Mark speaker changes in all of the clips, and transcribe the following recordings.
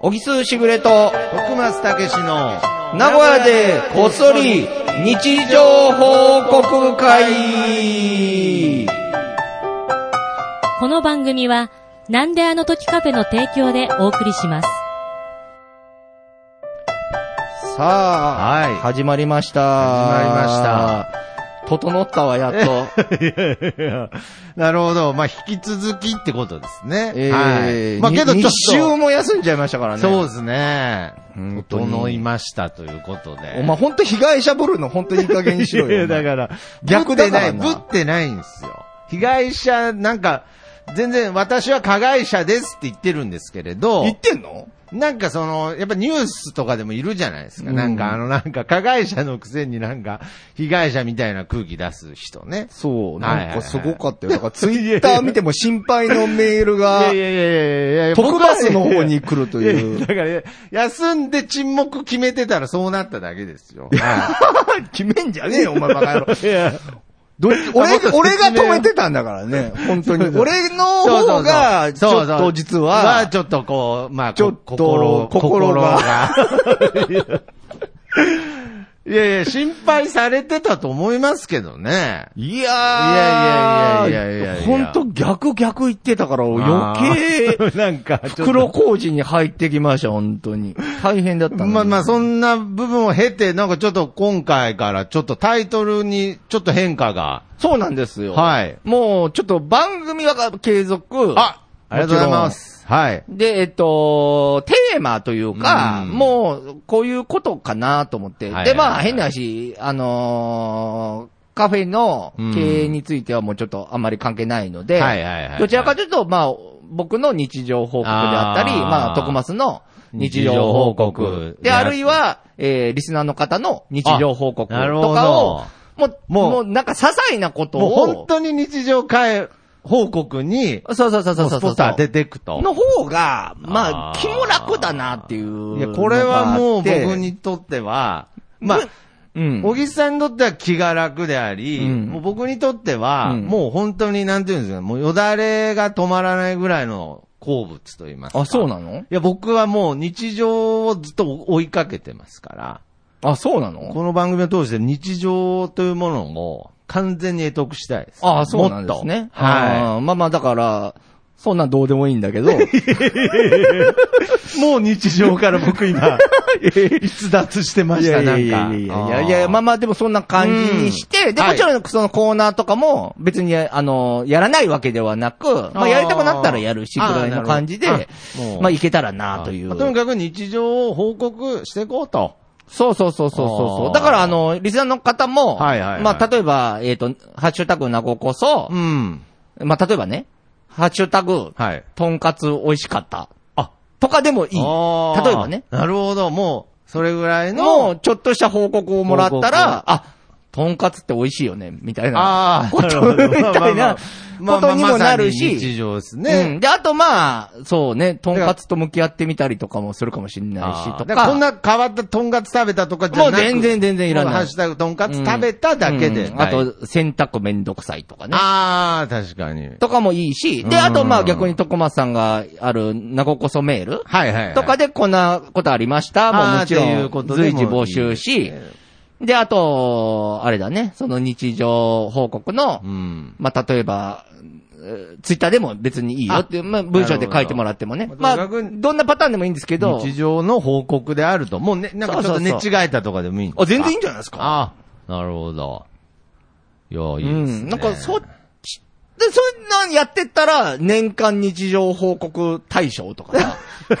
Speaker 1: 小木須しぐれと、
Speaker 2: 徳松たけしの
Speaker 1: 名古屋でこっそり日常報告会
Speaker 3: この番組は、なんであの時カフェの提供でお送りします。
Speaker 1: さあ、
Speaker 2: はい
Speaker 1: 始まりました。。
Speaker 2: 始まりました
Speaker 1: 整ったわ、やっ と。
Speaker 2: なるほど。まあ、引き続きってことですね。
Speaker 1: えー
Speaker 2: はい。まあ、けどちょっと。
Speaker 1: 2週も休んじゃいましたからね。
Speaker 2: そうですね。
Speaker 1: 本当に
Speaker 2: 整いましたということで。
Speaker 1: お前ほんと被害者ぶるの本当にいい加減にしろ
Speaker 2: いやい
Speaker 1: よ。
Speaker 2: やだ
Speaker 1: ら。
Speaker 2: から、
Speaker 1: 逆
Speaker 2: 逆
Speaker 1: だ
Speaker 2: で
Speaker 1: か
Speaker 2: な
Speaker 1: ら
Speaker 2: い、
Speaker 1: な
Speaker 2: ぶってないんですよ。被害者、なんか、全然私は加害者ですって言ってるんですけれど
Speaker 1: 言、ってんの
Speaker 2: なんかその、やっぱニュースとかでもいるじゃないですか。
Speaker 1: うん
Speaker 2: なんかあの、なんか加害者のくせになんか、被害者みたいな空気出す人ね。
Speaker 1: そう、
Speaker 2: はい
Speaker 1: な
Speaker 2: は
Speaker 1: ん
Speaker 2: いは
Speaker 1: か
Speaker 2: い
Speaker 1: すごかったよ。だから ツイッター見ても心配のメール
Speaker 2: い
Speaker 1: が
Speaker 2: やい、やいやいやいや、
Speaker 1: 特
Speaker 2: 僕は
Speaker 1: バスの方に来ると
Speaker 2: いやい
Speaker 1: い
Speaker 2: や
Speaker 1: う
Speaker 2: だ。から、休んで沈黙決めてたらそうなっただけですよ。は
Speaker 1: 決めんじゃねえよ、お前バカ野郎。
Speaker 2: い。いや、
Speaker 1: ど俺
Speaker 2: もっと説、明
Speaker 1: 俺が止めてたんだから ね、本当に。俺の方が、ちょっと実
Speaker 2: まあ
Speaker 1: は、
Speaker 2: ちょっとこう、まあ、
Speaker 1: ちょっと
Speaker 2: こ心、
Speaker 1: 心が
Speaker 2: 心がいやいや、心配されてたと思いますけどね。
Speaker 1: い
Speaker 2: や
Speaker 1: や
Speaker 2: ー
Speaker 1: ー、
Speaker 2: いやいやいやいや
Speaker 1: 本当逆逆言ってたから、 余計、
Speaker 2: 計、 なんか、ちょっと
Speaker 1: 黒工事に入ってきました、本当に。大変だったのに
Speaker 2: まあまあ、そんな部分を経て、なんかちょっと今回からちょっとタイトルにちょっと変化が。
Speaker 1: そうなんですよ。
Speaker 2: はい。
Speaker 1: もう、ちょっと番組は継続。
Speaker 2: あありがとうございます。はい。
Speaker 1: で、えっと、テーマというか、
Speaker 2: うん
Speaker 1: もう、こういうことかなと思って。
Speaker 2: はいはいはい
Speaker 1: で、まあ、変な話、あのーカフェの経営についてはもうちょっとあんまり関係ないので、
Speaker 2: はいはいはい
Speaker 1: どちらかというと、まあ、僕の日常報告であったり、
Speaker 2: あー
Speaker 1: まあ、徳松の日常報告。
Speaker 2: 日常報告
Speaker 1: で、あるいは、えー、リスナーの方の日常報告
Speaker 2: あなるほど
Speaker 1: とかを、もう、
Speaker 2: も
Speaker 1: も
Speaker 2: う
Speaker 1: う、なんか些細なこと
Speaker 2: もう
Speaker 1: を、
Speaker 2: 本当に日常会報告に、
Speaker 1: そうそうそうそうそう
Speaker 2: スポット当てていくと。
Speaker 1: の方が、ま
Speaker 2: あ
Speaker 1: あ、
Speaker 2: ー
Speaker 1: 気も楽だなっていう。
Speaker 2: いや、これはもう僕。にとっては、まあ、
Speaker 1: うん。
Speaker 2: 小木さんにとっては気が楽であり、
Speaker 1: うん
Speaker 2: もう僕にとっては、
Speaker 1: うん
Speaker 2: もう本当になんていうんですか、もうよだれが止まらないぐらいの好物と言いますか。
Speaker 1: あ、そう
Speaker 2: い
Speaker 1: なの
Speaker 2: や、僕はもう日常をずっと追いかけてますから、
Speaker 1: あ、そうな
Speaker 2: こ
Speaker 1: の
Speaker 2: の番組を通して日常というものを完全に得得したいです。
Speaker 1: ああ、そうなんです
Speaker 2: もっ
Speaker 1: ね。
Speaker 2: とはい。
Speaker 1: い。まあまあ、だから、そんなんどうでもいいんだ けど。
Speaker 2: もう日常から僕今、逸脱してました、なんか。
Speaker 1: いやいやいやいや、まあまあ、でもそんな感じにして、
Speaker 2: うん
Speaker 1: で、
Speaker 2: はい
Speaker 1: もちろんそのコーナーとかも別に、あの、やらないわけではなく、ま
Speaker 2: あー
Speaker 1: あ、やりたくなったらやるし、ぐ
Speaker 2: あー
Speaker 1: らいの感じで
Speaker 2: なるほどあもう、
Speaker 1: まあ、いけたらな
Speaker 2: あ
Speaker 1: という。
Speaker 2: まあとにかく日常を報告していこうと。
Speaker 1: そうそうそうそうそう
Speaker 2: あ
Speaker 1: そ
Speaker 2: ー
Speaker 1: う。だから、あの、リスナーの方も、
Speaker 2: はいはいはい
Speaker 1: まあ、例えば、えっ、と、ハッシュタグなごこそ、
Speaker 2: ん。
Speaker 1: まあ、例えばね、ハッシュタグ、
Speaker 2: はい。
Speaker 1: とんかつ美味しかった。
Speaker 2: あ
Speaker 1: とかでもいい。
Speaker 2: 例
Speaker 1: 例えばね。
Speaker 2: なるほど、もう、それぐらい
Speaker 1: も
Speaker 2: の。
Speaker 1: う、ちょっとした報告をもらった
Speaker 2: 報告
Speaker 1: ら、あ、とんかつって美味しいよね、みたいな。
Speaker 2: ああ、
Speaker 1: ことみたいなことにもなる
Speaker 2: まあまあまさに日
Speaker 1: し。
Speaker 2: 常です
Speaker 1: うん。
Speaker 2: ね。
Speaker 1: で、あとまあ、そうね、とんかつと向き合ってみたりとかもするかもしれないし、
Speaker 2: あ
Speaker 1: と
Speaker 2: ーだら
Speaker 1: か。
Speaker 2: こんな変わったとんかつ食べたとかじゃなく
Speaker 1: もう全然全然いらない
Speaker 2: もうハッシュタグとんかつ食べただけで。
Speaker 1: うんあと、洗濯めんどくさいとかね。
Speaker 2: ああ、確かに。
Speaker 1: とかもいいし、で、
Speaker 2: うん
Speaker 1: あとまあ逆に徳松さんがある、なごこそメール
Speaker 2: はいはいはい。
Speaker 1: とかでこんなことありましたもうもち
Speaker 2: あーっていう
Speaker 1: ろ
Speaker 2: こ
Speaker 1: ん
Speaker 2: とで
Speaker 1: 随
Speaker 2: も
Speaker 1: 時募集し、で、あと、あれだね、その日常報告の
Speaker 2: う、ん。
Speaker 1: まあ例えば、えーツイッターでも別にいいよっていう、まあ文章で書いてもらってもね
Speaker 2: なる。ほど
Speaker 1: まあ、
Speaker 2: まあとにかく
Speaker 1: どんなパターンでもいいんですけど、
Speaker 2: 日常の報告であると。もうね、なんかちょっと寝違
Speaker 1: そうそう
Speaker 2: えたとかでもいいんですか
Speaker 1: あ、全然いいんじゃないですか。
Speaker 2: ああ、なるほど。いや、いいですね。
Speaker 1: うん。なんか、そ、で、そんなんやってったら、年間日常報告大賞とか さ。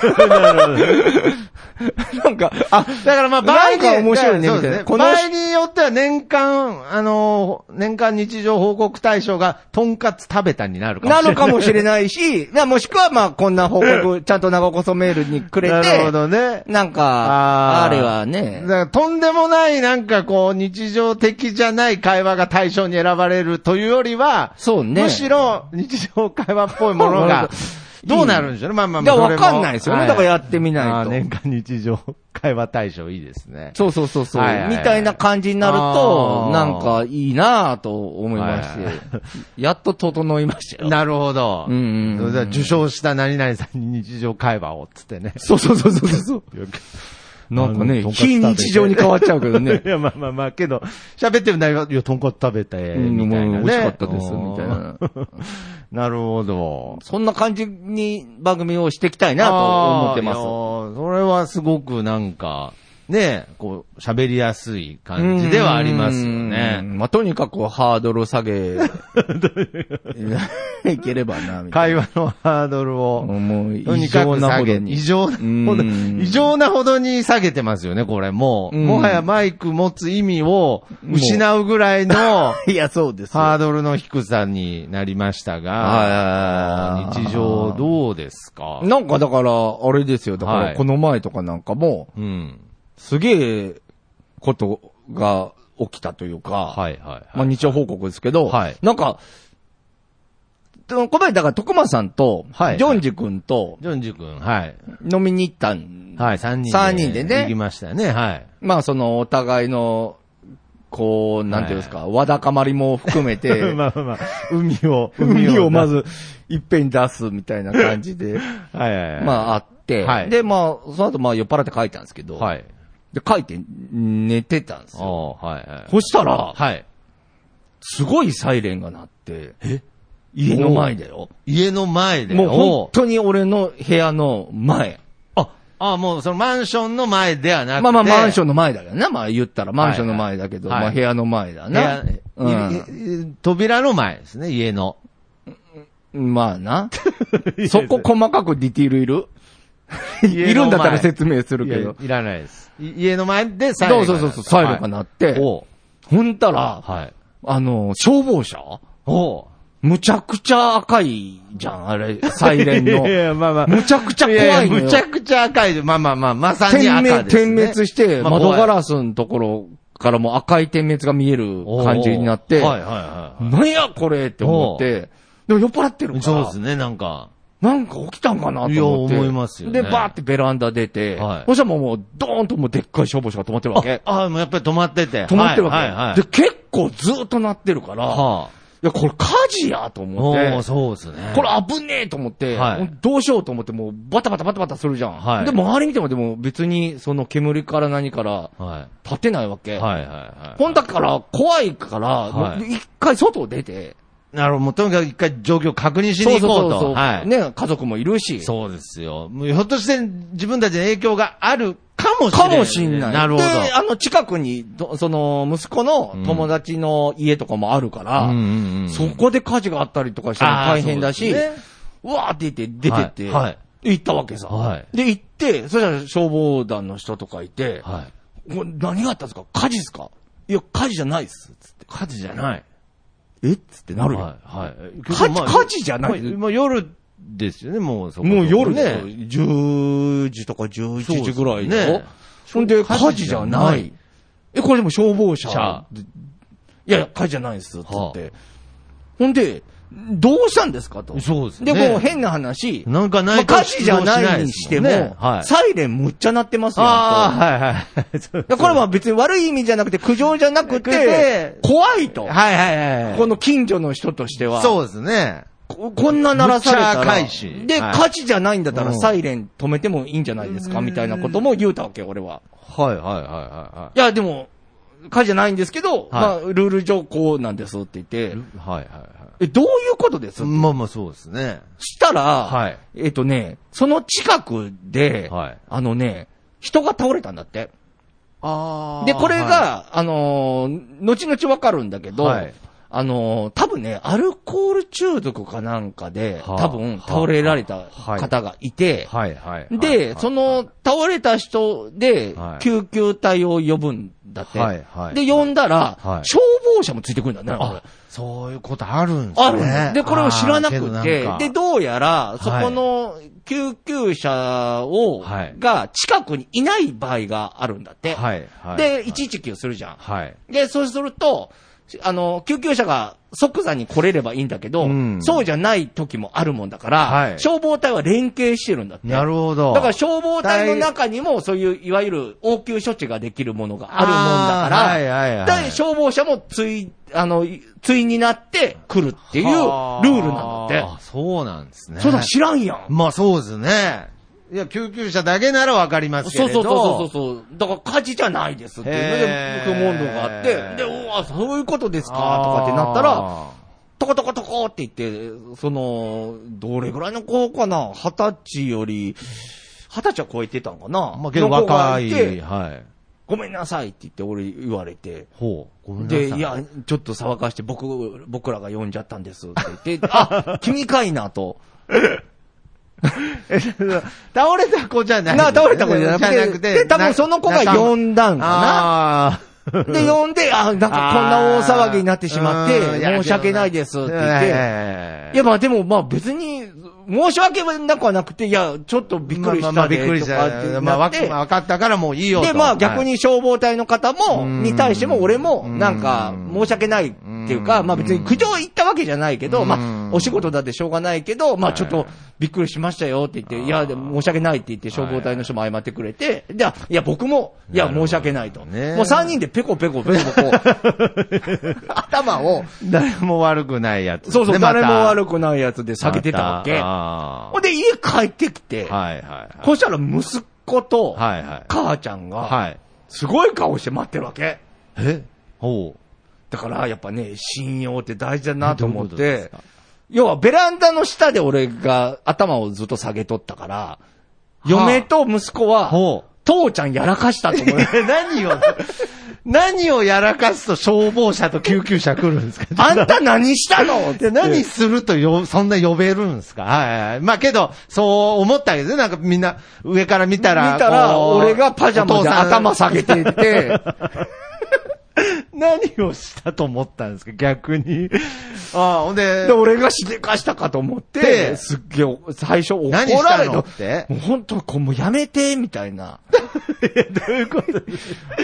Speaker 1: なんか、あ、
Speaker 2: だからまあ、場合に、
Speaker 1: なんか面白いね
Speaker 2: だからそ
Speaker 1: み
Speaker 2: うです
Speaker 1: たいなこの
Speaker 2: 場合によっては年間、あのー、年間日常報告対象が、とんかつ食べたになるかもし
Speaker 1: な
Speaker 2: れない。
Speaker 1: のかもしれないし、なもしくはまあ、こんな報告、ちゃんと長こそメールにくれて、
Speaker 2: なるほどね。
Speaker 1: なん
Speaker 2: あ
Speaker 1: か、
Speaker 2: ー
Speaker 1: あれはね
Speaker 2: だ、から、とんでもない、なんかこう、日常的じゃない会話が対象に選ばれるというよりは、
Speaker 1: そうね
Speaker 2: むしろ、日常会話っぽいものが、 どうなるんでしょうね。まあまあ
Speaker 1: い
Speaker 2: ま
Speaker 1: や、
Speaker 2: あ。
Speaker 1: わかんないですよね。だからや
Speaker 2: っ
Speaker 1: ってみないと。
Speaker 2: 年間日常会話対象いいですね。
Speaker 1: そうそうそうそう、
Speaker 2: はいはいはい
Speaker 1: みたいな感じになる
Speaker 2: あ
Speaker 1: と
Speaker 2: ー、
Speaker 1: なんかいいなぁと思いまして、
Speaker 2: はい
Speaker 1: やっと整いましたよ。
Speaker 2: なるほど。
Speaker 1: うんうんうん
Speaker 2: それでは受賞した何々さんに日常会話を、つってね。
Speaker 1: そうそうそうそうそう。なんか
Speaker 2: あ
Speaker 1: ね、
Speaker 2: の
Speaker 1: 非日常に変わっちゃうけどね
Speaker 2: い。や、まあまあまあ、けど、喋っても内容は、いや、とんかつ食べて、
Speaker 1: うん
Speaker 2: みたい
Speaker 1: も
Speaker 2: な、ね。
Speaker 1: う美味しかったです、みたい
Speaker 2: うん。
Speaker 1: な。
Speaker 2: なるほど。
Speaker 1: そんな感じに番組をしていきたいなと思ってます
Speaker 2: あ。ーいやーそれはすごくなんか、ね、こう、喋りやすい感じではありますよ
Speaker 1: う
Speaker 2: ね。
Speaker 1: んまあ、とにかくハードルを下 げ、いければな、みたい
Speaker 2: 会話のハードル
Speaker 1: な。
Speaker 2: を。
Speaker 1: もう、
Speaker 2: と
Speaker 1: 異
Speaker 2: にか
Speaker 1: 常
Speaker 2: く
Speaker 1: な
Speaker 2: 下
Speaker 1: ほど
Speaker 2: げ、
Speaker 1: に。
Speaker 2: 異常なほど、
Speaker 1: うん
Speaker 2: 異常なほどに下げてますよね、これ。もう、
Speaker 1: うん
Speaker 2: もはやマイク持つ意味を失うぐ らいのハ
Speaker 1: いや、そうですよ。
Speaker 2: ードルの低さになりましたが、
Speaker 1: は
Speaker 2: 日常
Speaker 1: う
Speaker 2: どうですか
Speaker 1: なんかだから、あれですよ。だか
Speaker 2: は
Speaker 1: ら、
Speaker 2: い
Speaker 1: この前とかなんかも、
Speaker 2: うん。
Speaker 1: すげえことが起きたというか、
Speaker 2: はいはい
Speaker 1: ま
Speaker 2: は
Speaker 1: あ、
Speaker 2: い。
Speaker 1: 日常報告ですけど、
Speaker 2: はい
Speaker 1: なんか、とこの前、だから、徳間さんと、
Speaker 2: はい
Speaker 1: ジョンジ君と
Speaker 2: ジョンジ君、はい。
Speaker 1: 飲みに行ったん、
Speaker 2: はい、三人で。
Speaker 1: 三人でね
Speaker 2: 行きましたよね、はい。
Speaker 1: まあ、その、お互いの、こう、なんていうんですか、わだかまりも含め て、
Speaker 2: まあまあまあ、海を、
Speaker 1: 海をま
Speaker 2: ず。
Speaker 1: ず、いっぺんに出すみたいな感じ で、
Speaker 2: はいはいはい。
Speaker 1: まあ、あって、
Speaker 2: はい
Speaker 1: で、まあ、その後、まあ、酔っ払って書いたんですけど、
Speaker 2: はい。
Speaker 1: で、書いて、寝てたんです
Speaker 2: あ
Speaker 1: よ。
Speaker 2: あ、はいはい。
Speaker 1: そしたら、
Speaker 2: はい。
Speaker 1: すごいサイレンが鳴って、家の前だよ。
Speaker 2: 家の前で。
Speaker 1: もう
Speaker 2: お
Speaker 1: 本当に俺の部屋の前。
Speaker 2: あ、あもうそのマンションの前ではなくて。
Speaker 1: まあまあマンショ
Speaker 2: ン
Speaker 1: ンの前だよな。まあ言ったらマンションの前だけど、
Speaker 2: はいはい
Speaker 1: まあ部屋の前だな。うん。
Speaker 2: 扉の前ですね、家の。
Speaker 1: まあ な。そこ細かくディティールいる
Speaker 2: 家の前
Speaker 1: いるんだったら説明するけど
Speaker 2: い。やいらないです。い家の前でサイレ
Speaker 1: そ
Speaker 2: ン
Speaker 1: うそ
Speaker 2: が鳴
Speaker 1: う
Speaker 2: る。
Speaker 1: そうそう、サイレンが鳴って、
Speaker 2: おう
Speaker 1: ほんたら、
Speaker 2: はい。
Speaker 1: あの、消防車
Speaker 2: おう
Speaker 1: むちゃくちゃ赤いじゃん、あれ、サイレンの
Speaker 2: い。やいや、まあまあ。
Speaker 1: むちゃくちゃ怖
Speaker 2: いや
Speaker 1: い
Speaker 2: い
Speaker 1: の
Speaker 2: や
Speaker 1: よ。
Speaker 2: むちゃくちゃ赤い。まあまあまあ、まさに
Speaker 1: 点
Speaker 2: 赤
Speaker 1: 滅、
Speaker 2: です、ね。
Speaker 1: 点滅して、
Speaker 2: まあ
Speaker 1: 窓ガラスのところからも赤い点滅が見える
Speaker 2: 怖い
Speaker 1: 感じになって、
Speaker 2: おうはいはいはいはい。
Speaker 1: なんやこれって思って、でも酔っ払ってるか
Speaker 2: そうで
Speaker 1: ら
Speaker 2: す、ね、なんか。
Speaker 1: なんか起きたんかなと思って。
Speaker 2: いや思いますよね
Speaker 1: で、バーってベランダ出て、
Speaker 2: はい
Speaker 1: そしたらもうもう、ドーンともうでっかい消防車が止まってるわけ。
Speaker 2: あ、もうやっぱり止まってて。
Speaker 1: 止まってるわけ。
Speaker 2: はいはい、はい。
Speaker 1: で、結構ずっと鳴ってるから、
Speaker 2: はい
Speaker 1: や、これ火事やと
Speaker 2: あ、お
Speaker 1: 思っ
Speaker 2: ー
Speaker 1: て、
Speaker 2: そうですね。
Speaker 1: これ危ねえと思って、
Speaker 2: はい
Speaker 1: どうしようと思って、もうバタバタバタバタするじゃん。
Speaker 2: はい
Speaker 1: で、周り見てもでも別に、その煙から何から
Speaker 2: は
Speaker 1: 立てないわけ。
Speaker 2: い。はいはいはい。
Speaker 1: ほんだから、怖いから、
Speaker 2: はい
Speaker 1: もう一回外を出て、
Speaker 2: なるほど、もうとにかく一回状況確認しに行こうと。はい。
Speaker 1: ね、家族もいるし、
Speaker 2: そうですよ。もうひょっとして自分たちに影響があるかもしれな
Speaker 1: か
Speaker 2: い。
Speaker 1: もしんない。
Speaker 2: なるほど。
Speaker 1: で、あの、近くに、どその、息子の友達の家とかもあるから、
Speaker 2: うんうんうん
Speaker 1: そこで火事があったりとかしたら
Speaker 2: あー
Speaker 1: 大変だし、
Speaker 2: そう
Speaker 1: う
Speaker 2: ですね
Speaker 1: わーって言って出てって、
Speaker 2: はいはい
Speaker 1: 行ったわけさ。
Speaker 2: はい
Speaker 1: で、行って、そしたら消防団の人とかいて、
Speaker 2: はい。
Speaker 1: これ何があったんですか火事ですかいや、火事じゃないっす。つって。
Speaker 2: 火事じゃない。
Speaker 1: えっつってなるよ。
Speaker 2: はい。はい。
Speaker 1: 火事
Speaker 2: まあ
Speaker 1: 火事じゃない
Speaker 2: まあもう夜ですよね、もうそこ
Speaker 1: もう夜ね、
Speaker 2: ね。
Speaker 1: 10時とか11時ぐらいだ
Speaker 2: そう
Speaker 1: よ。
Speaker 2: ですね
Speaker 1: ほんで、
Speaker 2: 火事
Speaker 1: 火
Speaker 2: じ
Speaker 1: 事
Speaker 2: ゃ
Speaker 1: じ
Speaker 2: な
Speaker 1: ゃ
Speaker 2: い
Speaker 1: ない。え、これでも消防車。
Speaker 2: 車
Speaker 1: いやいや、火事じゃないです、つ
Speaker 2: は
Speaker 1: って。ほんで、どうしたんですかと。
Speaker 2: そうです
Speaker 1: で、
Speaker 2: ね。
Speaker 1: もう変な話。
Speaker 2: なんか
Speaker 1: ま
Speaker 2: な
Speaker 1: あ
Speaker 2: いと
Speaker 1: 火事じゃないにしても、
Speaker 2: 出動ないですんねはい。
Speaker 1: サイレンむっちゃ鳴ってますよ。
Speaker 2: ああ、はい はい。そう
Speaker 1: いやこれは別に悪い意味じゃなくて、苦情じゃなく
Speaker 2: で
Speaker 1: て、怖いと。
Speaker 2: はいはいはい。
Speaker 1: この近所の人としては。
Speaker 2: そうですね。
Speaker 1: ここんな鳴らされた
Speaker 2: むっちゃ赤い
Speaker 1: ら、
Speaker 2: し
Speaker 1: で、
Speaker 2: はい
Speaker 1: 火事じゃないんだった
Speaker 2: う
Speaker 1: ら
Speaker 2: ん
Speaker 1: サイレン止めてもいいんじゃないですかみたいなことも言うたわけ、俺は。
Speaker 2: はいはいはいはい
Speaker 1: や、でも、火事じゃないんですけど、まあ、ルール上こうなんですって言って、
Speaker 2: い。はいはいは
Speaker 1: え、どういうことです
Speaker 2: い。まあまあそうですね。
Speaker 1: したら、
Speaker 2: はい
Speaker 1: えっとね、その近くで、
Speaker 2: はい
Speaker 1: あのね、人が倒れたんだって。
Speaker 2: あ
Speaker 1: で、これが、
Speaker 2: は
Speaker 1: あのー後々わかるんだけど、
Speaker 2: はい
Speaker 1: あのー多分ね、アルコール中毒かなんかで、
Speaker 2: はあ
Speaker 1: 多分倒れられた方がいて、
Speaker 2: い、はいはいはい。
Speaker 1: で、その倒れた人で
Speaker 2: はい
Speaker 1: 救急隊を呼ぶんだって。
Speaker 2: はいはい
Speaker 1: で、呼んだら、
Speaker 2: はい
Speaker 1: 消防車もついてくるんだね、これ
Speaker 2: あ、そういうことあるんですね。
Speaker 1: あるね。で、これを知らな
Speaker 2: あーけど
Speaker 1: く
Speaker 2: ん
Speaker 1: て
Speaker 2: か、
Speaker 1: で、どうやら、そこの救急車を、
Speaker 2: はい
Speaker 1: が近くにいない場合があるんだって。
Speaker 2: はいはい。
Speaker 1: で、119するじゃん。
Speaker 2: はい。
Speaker 1: で、そうすると、しあの、救急車が即座に来れればいいんだけど、
Speaker 2: うん
Speaker 1: そうじゃない時もあるもんだから、
Speaker 2: はい
Speaker 1: 消防隊は連携してるんだって。
Speaker 2: なるほど。
Speaker 1: だから消防隊の中にもそういういわゆる応急処置ができるものがあるもんだから、
Speaker 2: あーはいはいはい
Speaker 1: だから消防車もつい、あの、いついになって来るっていうルールなんだ
Speaker 2: あ
Speaker 1: っ
Speaker 2: ーそうなんですね。
Speaker 1: て。そうだ、知らんやん。
Speaker 2: まあそうですね。いや、救急車だけならわかりますけ
Speaker 1: そう
Speaker 2: れ
Speaker 1: そ
Speaker 2: ど。
Speaker 1: うそうそうそう。だから火事じゃないですっていうので
Speaker 2: へ、ー
Speaker 1: 不問度があって、で、うわ、そういうことですか、とかってなったら、
Speaker 2: あ
Speaker 1: トコトコトコって言って、その、どれぐらいの子かな二十歳より、二十歳は超えてたんかな
Speaker 2: ー、まあけど
Speaker 1: の子が
Speaker 2: 若
Speaker 1: い
Speaker 2: い。
Speaker 1: て
Speaker 2: はい。
Speaker 1: ごめんなさいって言って俺言われて。
Speaker 2: ほう。ごめんなさ
Speaker 1: で、
Speaker 2: い。
Speaker 1: いや、ちょっと騒がして僕、僕らが呼んじゃったんですって言 って、あ、君かいなと。
Speaker 2: 倒れた子じゃない。
Speaker 1: な、倒れた子じゃなくて、で、多分その子が呼
Speaker 2: ん
Speaker 1: んだんか
Speaker 2: ああ
Speaker 1: な。で、呼んで、あ、なんかこんな大騒ぎになってしまって、
Speaker 2: うんいや
Speaker 1: 申し訳ないですって言って、
Speaker 2: て
Speaker 1: いや、まあでも、まあ別に、申し訳なくはなくて、いや、ちょっとびっくりしたで、とかって
Speaker 2: まあまあまあびっくりし
Speaker 1: なって
Speaker 2: た。まあ、わかわかったからもういいよと。
Speaker 1: で、ま
Speaker 2: は
Speaker 1: あ
Speaker 2: い
Speaker 1: 逆。に消防隊の方も、
Speaker 2: うん
Speaker 1: に対しても俺も、なんか、
Speaker 2: うん
Speaker 1: 申し訳ないっていうか、
Speaker 2: うん
Speaker 1: まあ別に苦情言ったわけじゃないけど、
Speaker 2: うん
Speaker 1: まあ、お仕事だってしょうがないけど、まあ
Speaker 2: はい
Speaker 1: ちょっと、びっくりしましたよって言って、いや、でも申し訳ないって言って、消防隊の人も謝ってくれて、で、あいや、僕も、いや、
Speaker 2: なる
Speaker 1: 申
Speaker 2: ほど
Speaker 1: し訳ないと。
Speaker 2: ね
Speaker 1: もう3人でペコペコペコ ペコ、頭を、
Speaker 2: 誰も悪くないやつ。
Speaker 1: そうそう、
Speaker 2: ねま
Speaker 1: 誰
Speaker 2: た
Speaker 1: も悪くないやつで下げてたわけ
Speaker 2: ま。あ
Speaker 1: ほんで、家帰ってきて、
Speaker 2: ーはいはいはい。
Speaker 1: そしたら息子と、
Speaker 2: はいはい。
Speaker 1: 母ちゃんが、
Speaker 2: はい。
Speaker 1: すごい顔して待ってるわけ。
Speaker 2: えほう。
Speaker 1: だから、やっぱね、信用って大事だなと思っ
Speaker 2: どういう
Speaker 1: て
Speaker 2: ことですか、
Speaker 1: 要はベランダの下で俺が頭をずっと下げとったから、嫁と息子は、
Speaker 2: ほう。
Speaker 1: 父ちゃんやらかしたと思う。
Speaker 2: 何を、何をやらかすと消防車と救急車来るんですか
Speaker 1: あんた何したのって
Speaker 2: で何するとよ、そんな呼べるんですかはいはいはい。まあけど、そう思ったわけですね。なんかみんな、上から見たら。
Speaker 1: 見たら、
Speaker 2: こう
Speaker 1: 俺がパジャマで頭下げていて、
Speaker 2: 何をしたと思ったんですか逆に。ああ、ほんで
Speaker 1: で、、俺がしでかしたかと思って、
Speaker 2: です
Speaker 1: っげえ、最初怒ら
Speaker 2: 何した
Speaker 1: れ
Speaker 2: の
Speaker 1: た
Speaker 2: って
Speaker 1: もう本当、こう、もうやめて、みたいな。
Speaker 2: どういうこと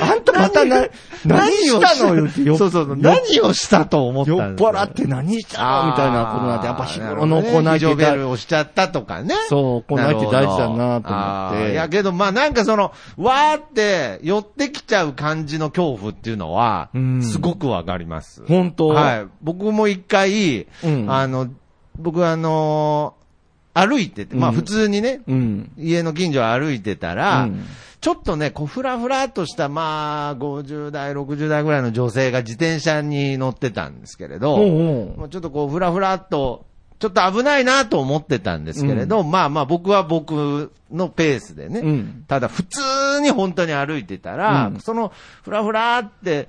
Speaker 1: あんたまたな、何したのよってよっ
Speaker 2: そうそうそう。
Speaker 1: よっ
Speaker 2: 何をしたと思った
Speaker 1: 酔っ
Speaker 2: んですか
Speaker 1: 払って何したのみたいなことなんて、やっぱ日頃の行
Speaker 2: ないるほどね非常
Speaker 1: て
Speaker 2: ベ
Speaker 1: 大
Speaker 2: ル
Speaker 1: 事。
Speaker 2: をしちゃったとかね。
Speaker 1: そう行いって大事だなと思って
Speaker 2: なるほどあーいやけど、まあなんかその、わーって寄ってきちゃう感じの恐怖っていうのは
Speaker 1: うん、
Speaker 2: すごくわかります。
Speaker 1: 本当
Speaker 2: はい。僕も一回、
Speaker 1: うん
Speaker 2: あの、僕あのー歩いてて、ま
Speaker 1: う
Speaker 2: あ
Speaker 1: ん
Speaker 2: 普通にね、
Speaker 1: うん。
Speaker 2: 家の近所を歩いてたら、
Speaker 1: うん
Speaker 2: ちょっとね、こう、ふらふらっとした、まあ、50代、60代ぐらいの女性が自転車に乗ってたんですけれど、
Speaker 1: おうおう
Speaker 2: まあちょっとこう、ふらふらっと、ちょっと危ないなと思ってたんですけれど、まあまあ僕は僕のペースでね、
Speaker 1: うん
Speaker 2: ただ普通に本当に歩いてたら、
Speaker 1: うん
Speaker 2: そのふらふらって、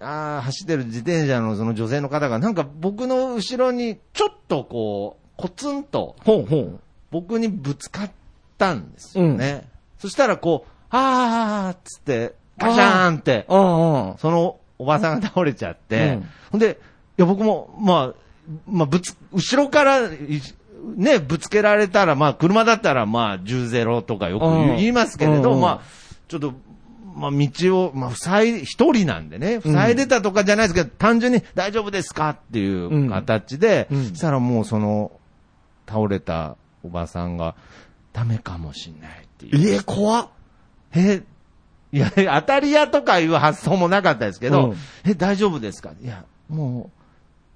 Speaker 2: あー走ってる自転車のその女性の方がなんか僕の後ろにちょっとこう、コツンと
Speaker 1: ほうほう。
Speaker 2: 僕にぶつかったんですよね。そしたらこう、あーっつって、ガシャーンって、
Speaker 1: あ
Speaker 2: そのおばさんが倒れちゃって、
Speaker 1: うん
Speaker 2: ほんで、いや僕も、まあ、まあ、ぶつ、後ろから、いね、ぶつけられたら、まあ、車だったら、まあ、10ゼロとかよく
Speaker 1: うん
Speaker 2: 言いますけれど、
Speaker 1: うん
Speaker 2: まあ、ちょっと、まあ、道を、まあ、塞い、一人なんでね、塞いでたとかじゃないですけど、単純に大丈夫ですかっていう形で、
Speaker 1: うんうん
Speaker 2: そしたらもうその、倒れたおばさんが、ダメかもしんないっていう
Speaker 1: あ。。ええ、怖っ。
Speaker 2: え、いや、 当たり屋とかいう発想もなかったですけど、え、大丈夫ですかいや、もう、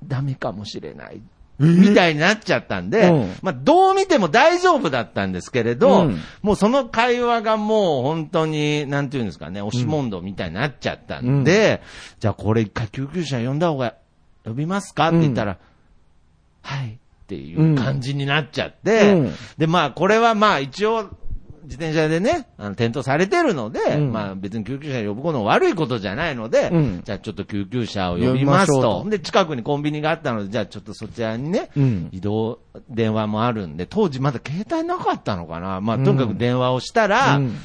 Speaker 2: ダメかもしれない。みたいになっちゃったんで、
Speaker 1: うん
Speaker 2: まあ、どう見ても大丈夫だったんですけれど、
Speaker 1: うん
Speaker 2: もうその会話がもう本当に、なんていうんですかね、押し問答みたいになっちゃったんで、じゃあこれ一回救急車呼んだ方が、呼びますかって言ったら、はいっていう感じになっちゃって、
Speaker 1: うん
Speaker 2: で、まあ、これはまあ、一応、自転車でね、あの、転倒されてるので、
Speaker 1: うん
Speaker 2: まあ、別に救急車呼ぶことも悪いことじゃないので、
Speaker 1: うん
Speaker 2: じゃあちょっと救急車を呼びます
Speaker 1: 呼びましょう
Speaker 2: と。
Speaker 1: と
Speaker 2: で、近くにコンビニがあったので、じゃあちょっとそちらにね、
Speaker 1: うん
Speaker 2: 移動、電話もあるんで、当時まだ携帯なかったのかな。まあ、とにかく電話をしたら、
Speaker 1: うん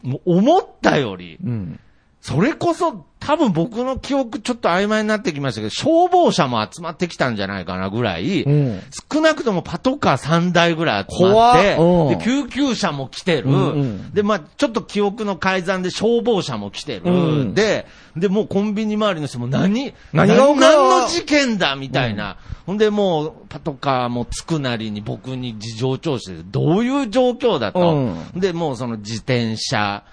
Speaker 2: もう思ったより、
Speaker 1: うん。
Speaker 2: それこそ、多分僕の記憶ちょっと曖昧になってきましたけど、消防車も集まってきたんじゃないかなぐらい、
Speaker 1: うん
Speaker 2: 少なくともパトカー3台ぐらい集まって、
Speaker 1: 怖っうん
Speaker 2: で救急車も来てる、
Speaker 1: うんうん
Speaker 2: で、まあちょっと記憶の改ざんで消防車も来てる、
Speaker 1: うん
Speaker 2: で、で、もうコンビニ周りの人も何、
Speaker 1: 何が起こる
Speaker 2: 何の事件だみたいな。ほんで、もう、パトカーもつくなりに僕に事情聴取で、どういう状況だと。で、もうその自転車、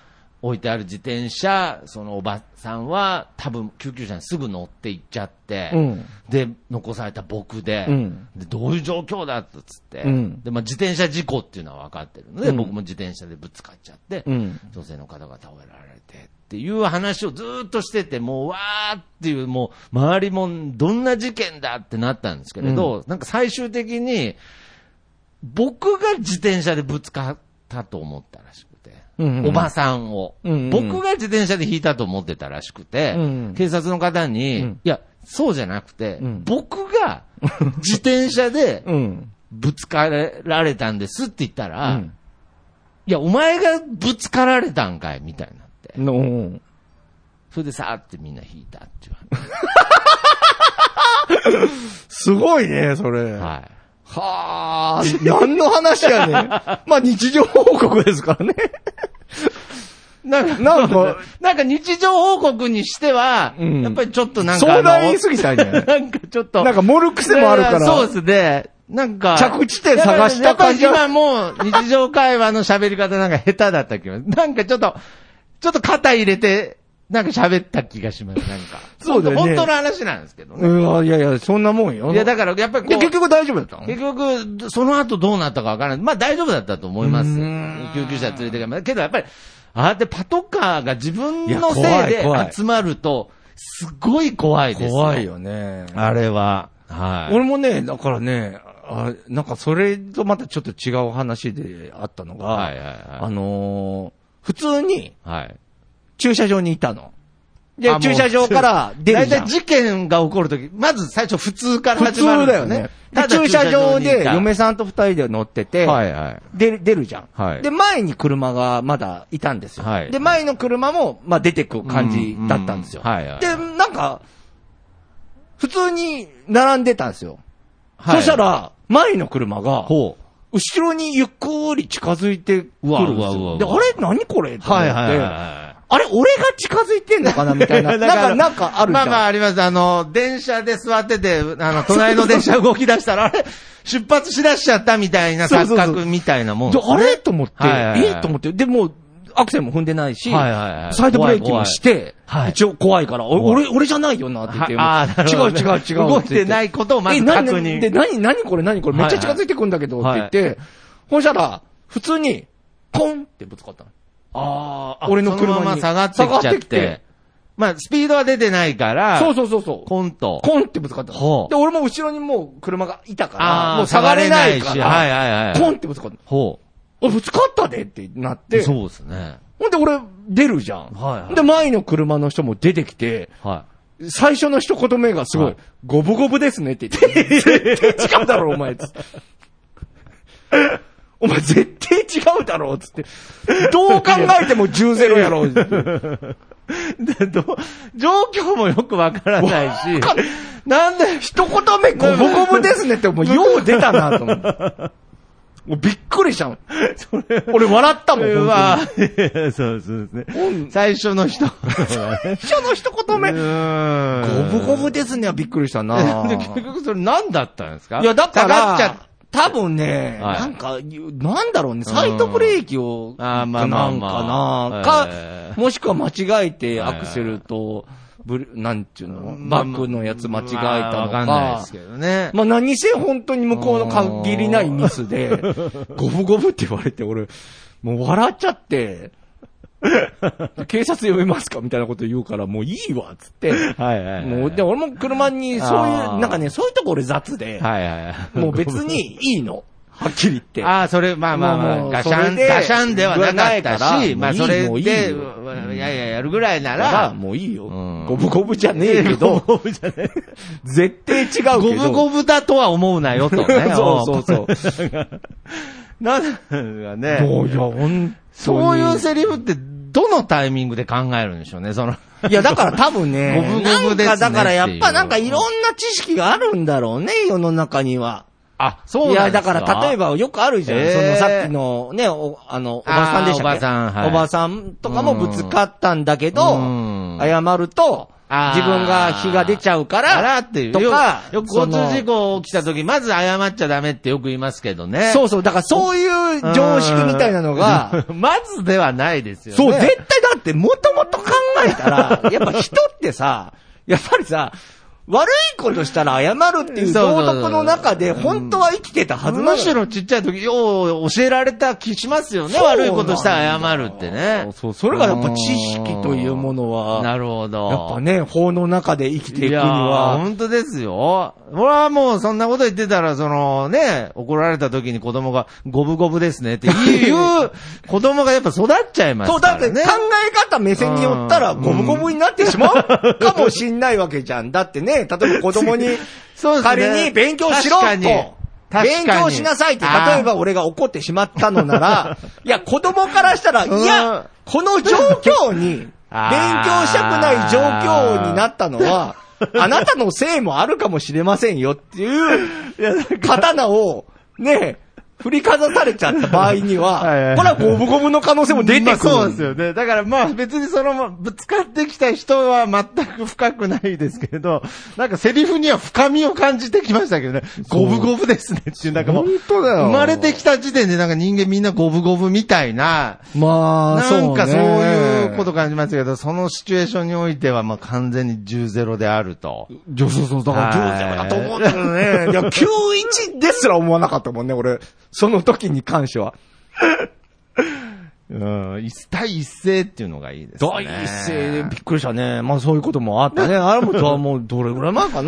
Speaker 2: 置いてある自転車、そのおばさんは多分救急車にすぐ乗って行っちゃって、
Speaker 1: うん
Speaker 2: で、残された僕で、
Speaker 1: うん
Speaker 2: でどういう状況だっつって、
Speaker 1: うん
Speaker 2: で、まあ自転車事故っていうのは分かってるので、
Speaker 1: うん
Speaker 2: 僕も自転車でぶつかっちゃって、
Speaker 1: うん
Speaker 2: 女性の方が倒れられてっていう話をずーっとしてて、もうわーっていう、もう周りもどんな事件だってなったんですけれど、なんか最終的に僕が自転車でぶつかったと思ったらしくて、
Speaker 1: うんうん
Speaker 2: おばさんを、
Speaker 1: うんうん
Speaker 2: 僕が自転車で引いたと思ってたらしくて、
Speaker 1: うんうん
Speaker 2: 警察の方に、
Speaker 1: うん
Speaker 2: いや、そうじゃなくて、
Speaker 1: うん
Speaker 2: 僕が 自転車で
Speaker 1: うん。
Speaker 2: ぶつかられたんですって言った
Speaker 1: う
Speaker 2: ら、
Speaker 1: ん。
Speaker 2: いや、お前がぶつかられたんかいみたいになって。
Speaker 1: のうん
Speaker 2: それでさーってみんな引いたっていう話。
Speaker 1: すごいね、それ。はあ、
Speaker 2: はい。
Speaker 1: 何の話やね ん。まあ日常報告ですからね。
Speaker 2: なんか、
Speaker 1: なんか、
Speaker 2: なんか日常報告にしては、
Speaker 1: うん
Speaker 2: やっぱりちょっとなんかあ
Speaker 1: 壮
Speaker 2: の、
Speaker 1: 大すぎたんやね。
Speaker 2: なんかちょっと、
Speaker 1: なんか盛る癖もあるから。
Speaker 2: そうですね。なんか、
Speaker 1: 着地点探した感じ
Speaker 2: やっ
Speaker 1: は
Speaker 2: ぱり今もう日常会話の喋り方なんか下手だった気がなんかちょっと、ちょっと肩入れて、なんか喋った気がします、なんか。
Speaker 1: そうだよね
Speaker 2: 本当の話なんですけどね。
Speaker 1: うわいやいや、そんなもんよ。
Speaker 2: いや、だからやっぱりこ
Speaker 1: で
Speaker 2: う、
Speaker 1: 結局大丈夫だったの
Speaker 2: 結局、その後どうなったかわからない。まあ大丈夫だったと思います
Speaker 1: うーん。
Speaker 2: 救急車連れてかまけどやっぱり、ああやってパトカーが自分
Speaker 1: いや
Speaker 2: のせい
Speaker 1: 怖い
Speaker 2: で
Speaker 1: 怖い
Speaker 2: 集まると、すごい怖いです。
Speaker 1: 怖い。よね。
Speaker 2: あれは。はい。
Speaker 1: 俺もね、だからね、あなんかそれとまたちょっと違う話であったのが、
Speaker 2: はいはい
Speaker 1: あ
Speaker 2: は
Speaker 1: のー普通に
Speaker 2: い。はい。
Speaker 1: 駐車場にいたの。で
Speaker 2: あも、う
Speaker 1: 駐車場から出る
Speaker 2: 大
Speaker 1: じゃん
Speaker 2: 体。事件が起こるとき、まず最初普通から
Speaker 1: 普
Speaker 2: 始
Speaker 1: 通
Speaker 2: まるんで
Speaker 1: だ
Speaker 2: す
Speaker 1: よね。で
Speaker 2: ただ
Speaker 1: 駐車場
Speaker 2: にい
Speaker 1: で
Speaker 2: た
Speaker 1: 嫁さんと二人で乗ってて、
Speaker 2: はいはい。
Speaker 1: 出る出るじゃん、
Speaker 2: はい
Speaker 1: で、前に車がまだいたんですよ。
Speaker 2: はい
Speaker 1: で、前の車も、まあ、出てく感じだったんですよ。
Speaker 2: うんうんはいはい
Speaker 1: で、なんか、普通に並んでたんですよ。そした、ら、前の車が、
Speaker 2: ほ
Speaker 1: 後ろにゆっくり近づいてくる
Speaker 2: うわ
Speaker 1: ん
Speaker 2: う
Speaker 1: で
Speaker 2: わ
Speaker 1: す
Speaker 2: うわ
Speaker 1: よ。
Speaker 2: う
Speaker 1: で、あ
Speaker 2: わ
Speaker 1: れ何これ
Speaker 2: う。
Speaker 1: と思って、
Speaker 2: は
Speaker 1: あれ俺が近づいてんのかなみたい な。
Speaker 2: だ
Speaker 1: なん
Speaker 2: から
Speaker 1: か、なんかあるじ
Speaker 2: ま
Speaker 1: ゃ
Speaker 2: あ
Speaker 1: ん。
Speaker 2: まああります。あの、電車で座ってて、あの、隣の電車動き出し たら、あれ出発しだしちゃったみたいな
Speaker 1: そうそう
Speaker 2: 錯
Speaker 1: そう
Speaker 2: 覚みたいなもん
Speaker 1: で、。あれと思って、
Speaker 2: はいはいはい
Speaker 1: えと思って、で、もう、アクセルも踏んでないし、
Speaker 2: はいはいはい
Speaker 1: サイドブレーキもして、
Speaker 2: 怖い怖いはい
Speaker 1: 一応怖いから、お俺、俺じゃないよなって言って、
Speaker 2: はあーなるほどね
Speaker 1: 違う違う違う。
Speaker 2: 動いてないことをまず確認
Speaker 1: え何で、何、何これ何これめっちゃ近づいてくんだけどって
Speaker 2: はい
Speaker 1: 言
Speaker 2: は
Speaker 1: っ
Speaker 2: い
Speaker 1: て、ほんしたら、普通に、コンってぶつかったの。
Speaker 2: あ
Speaker 1: 俺の車に
Speaker 2: そのまま下がってきち
Speaker 1: 下
Speaker 2: ゃ
Speaker 1: が
Speaker 2: っ
Speaker 1: って
Speaker 2: て。
Speaker 1: きて
Speaker 2: まあ、スピードは出てないから、
Speaker 1: そうそうそうそう。
Speaker 2: コント。
Speaker 1: コンってぶつかったの
Speaker 2: ほう
Speaker 1: で、俺も後ろにもう車がいたから、
Speaker 2: あー
Speaker 1: もう下がれないか
Speaker 2: 下が
Speaker 1: ら、
Speaker 2: れないしはいはいはい
Speaker 1: コンってぶつかったの。
Speaker 2: ほ
Speaker 1: おぶつかったでってなっ
Speaker 2: う。
Speaker 1: て、
Speaker 2: そうですね。
Speaker 1: ほんで俺出るじゃん。
Speaker 2: はいはい
Speaker 1: で、前の車の人も出てきて、
Speaker 2: は
Speaker 1: 最初の一言目がすご
Speaker 2: はいい、
Speaker 1: ゴブゴブですねって言って、絶対違うだろ、お前。つってお前絶対違うだろ、つって。どう考えても10-0や ろ。
Speaker 2: い。で、どう、状況もよくわからない し、
Speaker 1: なんで一言目ゴブゴブですねって、もうよう出たな、と思って。もうびっくりしたもん。俺笑ったもん、本
Speaker 2: まあ、 そうそうですね。最初 の人。
Speaker 1: 当に。最初の一言目、ゴブゴブですねはびっくりした な。
Speaker 2: で結局それ何だったんですか
Speaker 1: いや、だか
Speaker 2: 下がっちゃっ
Speaker 1: ら、多分ね、
Speaker 2: はい
Speaker 1: なんか、なんだろうね、サイドブレーキを、
Speaker 2: あーま
Speaker 1: か
Speaker 2: あ
Speaker 1: な
Speaker 2: まあ
Speaker 1: ん
Speaker 2: まあ
Speaker 1: かな、か
Speaker 2: え、ー
Speaker 1: もしくは間違えて
Speaker 2: はい
Speaker 1: ア
Speaker 2: はい
Speaker 1: クセルと、ブレなんちゅうの、
Speaker 2: まあ
Speaker 1: バックのやつ間違えたの
Speaker 2: まあわかんないで
Speaker 1: か
Speaker 2: す、けどね。
Speaker 1: まあ何せ本当に向こうの限りないミス で、ゴブゴブって言われて、俺、もう笑っちゃって、警察呼べますかみたいなこと言うから、もういいわ、つって。
Speaker 2: はいはいはい。
Speaker 1: もう、で、俺も車に、そういう
Speaker 2: あ、ー
Speaker 1: なんかね、そういうとこ俺雑で、
Speaker 2: はいはい はい。
Speaker 1: もう別にいいの。はっきり言って。
Speaker 2: ああ、それ、まあまあま
Speaker 1: もうも
Speaker 2: あ、
Speaker 1: う
Speaker 2: ガシャ
Speaker 1: そ
Speaker 2: ン、
Speaker 1: れで
Speaker 2: ガシャンではなかっ
Speaker 1: 言わ
Speaker 2: た
Speaker 1: ないから
Speaker 2: し、まあ
Speaker 1: もう
Speaker 2: そ
Speaker 1: いい
Speaker 2: れ
Speaker 1: もういい
Speaker 2: で、
Speaker 1: よ
Speaker 2: うわいやいや、やるぐらいな
Speaker 1: だから、
Speaker 2: ら、
Speaker 1: もういいよ
Speaker 2: うん。
Speaker 1: ゴブゴブじゃねえけど、
Speaker 2: ゴブじゃない。
Speaker 1: 絶対違うけど。
Speaker 2: ゴブゴブだとは思うなよと ね。
Speaker 1: そうそうそう。
Speaker 2: う。なんかね。
Speaker 1: もういや、ほんとに
Speaker 2: そういうセリフって、どのタイミングで考えるんでしょうね、その。
Speaker 1: いや、だから多分ね、
Speaker 2: 五分五分です
Speaker 1: な
Speaker 2: ね
Speaker 1: んかだからやっ
Speaker 2: ってい
Speaker 1: ぱ
Speaker 2: う
Speaker 1: なんかいろんな知識があるんだろうね、世の中には。
Speaker 2: あ、そう
Speaker 1: い
Speaker 2: な
Speaker 1: や、
Speaker 2: んで
Speaker 1: だ
Speaker 2: すか
Speaker 1: から例え、ばよくあるじゃん。
Speaker 2: えー
Speaker 1: そのさっきのね、お、あの、おばさんでしたっけ
Speaker 2: あーおばさんはい
Speaker 1: おばさんとかもぶつかったんだけど、
Speaker 2: うん
Speaker 1: 謝ると、
Speaker 2: あー
Speaker 1: 自分が火が出ちゃうか
Speaker 2: あ
Speaker 1: ら、
Speaker 2: らっていう。
Speaker 1: とか
Speaker 2: よくよく
Speaker 1: その
Speaker 2: 交通事故起きた時、まず謝っちゃダメってよく言いますけどね。
Speaker 1: そうそう、だからそういう常識みたいなのが、
Speaker 2: うん、 まずではないですよね。
Speaker 1: そう、絶対だって、もともと考えたら、 やっぱ人ってさ、やっぱりさ、悪いことしたら謝るっていう道徳の中で、
Speaker 2: そうそうそう
Speaker 1: 本当は生きてたはずなの
Speaker 2: む
Speaker 1: よ
Speaker 2: しろちっちゃい時、よう教えられた気しますよね。
Speaker 1: そうなんだ
Speaker 2: 悪いことしたら謝るってね。
Speaker 1: そう、それがやっぱ知識というものは、
Speaker 2: なるほど。
Speaker 1: やっぱね、法の中で生きていくに
Speaker 2: いやー
Speaker 1: は、
Speaker 2: 本当ですよ。俺はもうそんなこと言ってたら、そのね、怒られた時に子供が五分五分ですねって 言う子供がやっぱ育っちゃいます
Speaker 1: そう、
Speaker 2: か
Speaker 1: だっ
Speaker 2: ら
Speaker 1: て考
Speaker 2: ね。
Speaker 1: え方目線によったら、
Speaker 2: うん
Speaker 1: ゴムゴムになってしまう かもしんないわけじゃん。だってね、例えば子供に、
Speaker 2: そうですね
Speaker 1: 仮に勉強しろ
Speaker 2: 確かに
Speaker 1: と。
Speaker 2: 確か
Speaker 1: 勉
Speaker 2: に
Speaker 1: 強しなさいって、
Speaker 2: あー
Speaker 1: 例えば俺が怒ってしまったのな ら、いや、子供からしたら、い
Speaker 2: うん
Speaker 1: や、この状況に、
Speaker 2: あー
Speaker 1: 勉強したくない状況になったの は、あなたのせいもあるかもしれませんよって いう、刀を、ね、振りかざされちゃった場合には、
Speaker 2: はいはいはい
Speaker 1: これはゴムゴムの可能性も出てくる。
Speaker 2: まあそうですよね。だからまあ別にその、ぶつかってきた人は全く深くないですけれど、なんかセリフには深みを感じてきましたけどね。
Speaker 1: う
Speaker 2: 五分五分ですねっていう、なんかもう、
Speaker 1: 本当だよ
Speaker 2: 生まれてきた時点でなんか人間みんな五分五分みたいな、
Speaker 1: まあ、
Speaker 2: なんかそういうこと
Speaker 1: と。
Speaker 2: 感じますけど、そのシチュエーションにおいては、まあ完全に10ゼロであると。
Speaker 1: そうそうそう、だから
Speaker 2: はい
Speaker 1: 10だと思ったの ね。いや、91ですら思わなかったもんね、俺。その時に関しては。
Speaker 2: うん、一対一斉っていうのがいいですね。
Speaker 1: っくりしたね。まあそういうこともあったね。あれも、はもうどれぐらい前か
Speaker 2: あー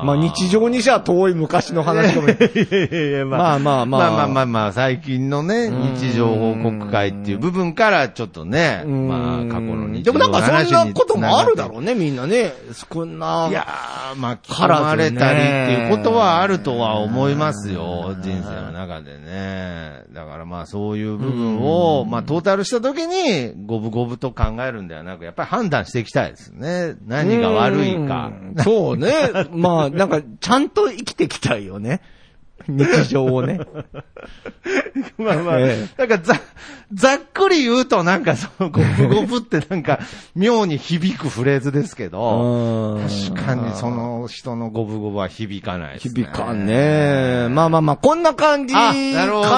Speaker 1: まあ日常にしゃ遠い昔の話かも。
Speaker 2: いやいやいや、
Speaker 1: まあまあまあ
Speaker 2: まあまあまあ、最近のね、日常報告会っていう部分から、ちょっとね、
Speaker 1: うん
Speaker 2: まあ、過去の日
Speaker 1: で
Speaker 2: 常
Speaker 1: も
Speaker 2: の
Speaker 1: なんか
Speaker 2: 話に
Speaker 1: そんなこともあるだろ
Speaker 2: う。
Speaker 1: うね、みんなね。こんな。
Speaker 2: いやー、まあ、絡まれたりっていうことはあるとは思いますよ、
Speaker 1: うん
Speaker 2: 人生の中でね。だからまあ、そういう部分を、まあ、トータルした時に、五分五分と考えるんではなく、やっぱり判断していきたいですね。何が悪いか。
Speaker 1: うん。そうね。まあ、なんか、ちゃんと生きてきたいよね。日常を ね。
Speaker 2: まあまあ、
Speaker 1: え
Speaker 2: なんかざ、ざっくり言うとなんかその、ゴブゴブってなんか、妙に響くフレーズですけど、確かにその人のゴブゴブは響かないですね。
Speaker 1: 響かんね。まあまあまあ、こんな感じか
Speaker 2: あ、
Speaker 1: な
Speaker 2: なるほど。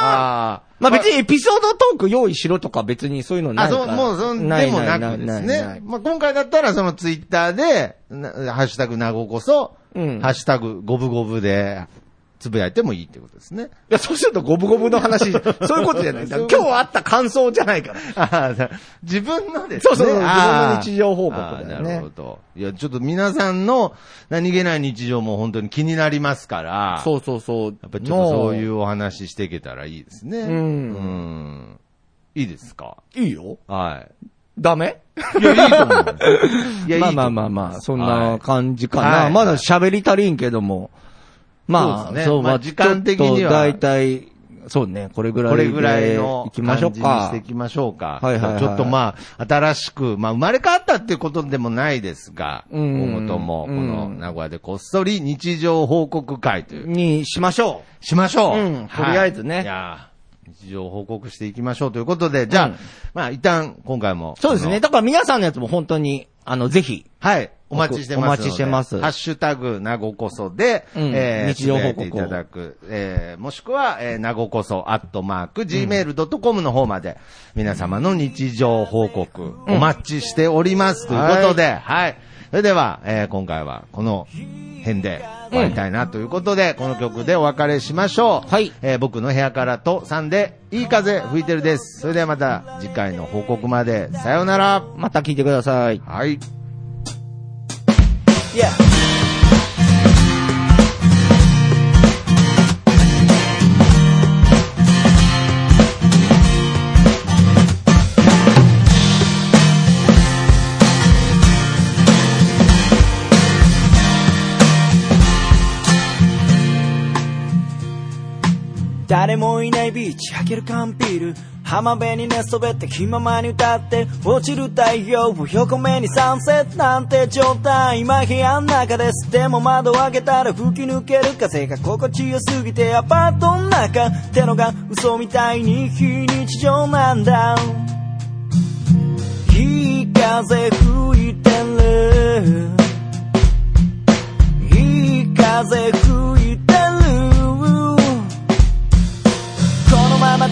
Speaker 2: あー
Speaker 1: まあ別にエピソードトーク用意しろとか別にそういうのない
Speaker 2: あ、
Speaker 1: から。
Speaker 2: そう、もう、そんでもな
Speaker 1: ないな
Speaker 2: くです
Speaker 1: いないな
Speaker 2: ね
Speaker 1: い。
Speaker 2: まあ、今回だったら、そのツイッターで、なハッシュタグなごこそ、
Speaker 1: うん
Speaker 2: ハッシュタグゴブゴブで、つぶやいてもいいってことですね。
Speaker 1: いや、そうするとゴブゴブの 話、そういうことじゃない。だから今日あった感想じゃないから。
Speaker 2: ああ、自分のです
Speaker 1: そ
Speaker 2: ね。
Speaker 1: うそうそう
Speaker 2: ああ
Speaker 1: 自分の日常報告だよね
Speaker 2: ああなるほど。いや、ちょっと皆さんの何気ない日常も本当に気になりますから。
Speaker 1: そうそうそう。。
Speaker 2: やっぱちょっとそういううお話ししていけたらいいですね。
Speaker 1: ん
Speaker 2: うんいいですか
Speaker 1: いいよ。
Speaker 2: は
Speaker 1: ダメ
Speaker 2: い。いや、いいと思う。いや、いいと思う
Speaker 1: まあまあまあまあ、そんな感じか
Speaker 2: はい
Speaker 1: な。
Speaker 2: はい
Speaker 1: まだ喋り足りんけども。ま
Speaker 2: そう
Speaker 1: あ、
Speaker 2: ですねまあ時間的には
Speaker 1: だいたい、そうね、これぐらい
Speaker 2: こ
Speaker 1: で。
Speaker 2: れぐらいの
Speaker 1: 行きましょう
Speaker 2: 感
Speaker 1: か
Speaker 2: じにして。いきましょうか。
Speaker 1: はいはいはい
Speaker 2: ちょっとまあ、新しく、まあ、生まれ変わったっていうことでもないですが、
Speaker 1: うん
Speaker 2: 今後とも、この
Speaker 1: うん
Speaker 2: 名古屋でこっそり日常報告会という
Speaker 1: にしましょう。
Speaker 2: しましょう。
Speaker 1: うんとりあえずね
Speaker 2: はいいやー日常を報告していきましょうということで、じゃあ、
Speaker 1: うん
Speaker 2: まあ一旦今回も。
Speaker 1: そうですね。
Speaker 2: あの。
Speaker 1: だから皆さんのやつも本当に、あの、ぜひ。
Speaker 2: はい。お待ちしてますので。
Speaker 1: お待ちしてます
Speaker 2: ハッシュタグ、なごこそで、
Speaker 1: うん日常報告を
Speaker 2: つぶやいていただく。えー、もしくは、えー、なごこそ、アットマーク、gmail.com の方まで、皆様の日常報告、お待ちしております。ということで、はい。それでは、えー、今回は、この辺で終わりたいなということで、この曲でお別れしましょう。
Speaker 1: はい
Speaker 2: えー僕の部屋からと3で、いい風吹いてるです。それではまた次回の報告まで、さようなら。
Speaker 1: また聞いてください。
Speaker 2: はい。
Speaker 4: 誰もいないビーチ開ける缶ビール浜辺に寝そべって気ままに歌って落ちる太陽を横目にサンセットなんて状態今部屋の中ですでも窓を開けたら吹き抜ける風が心地よすぎてアパートの中ってのが嘘みたいに非日常なんだいい風吹いてるいい風吹いてるこのまま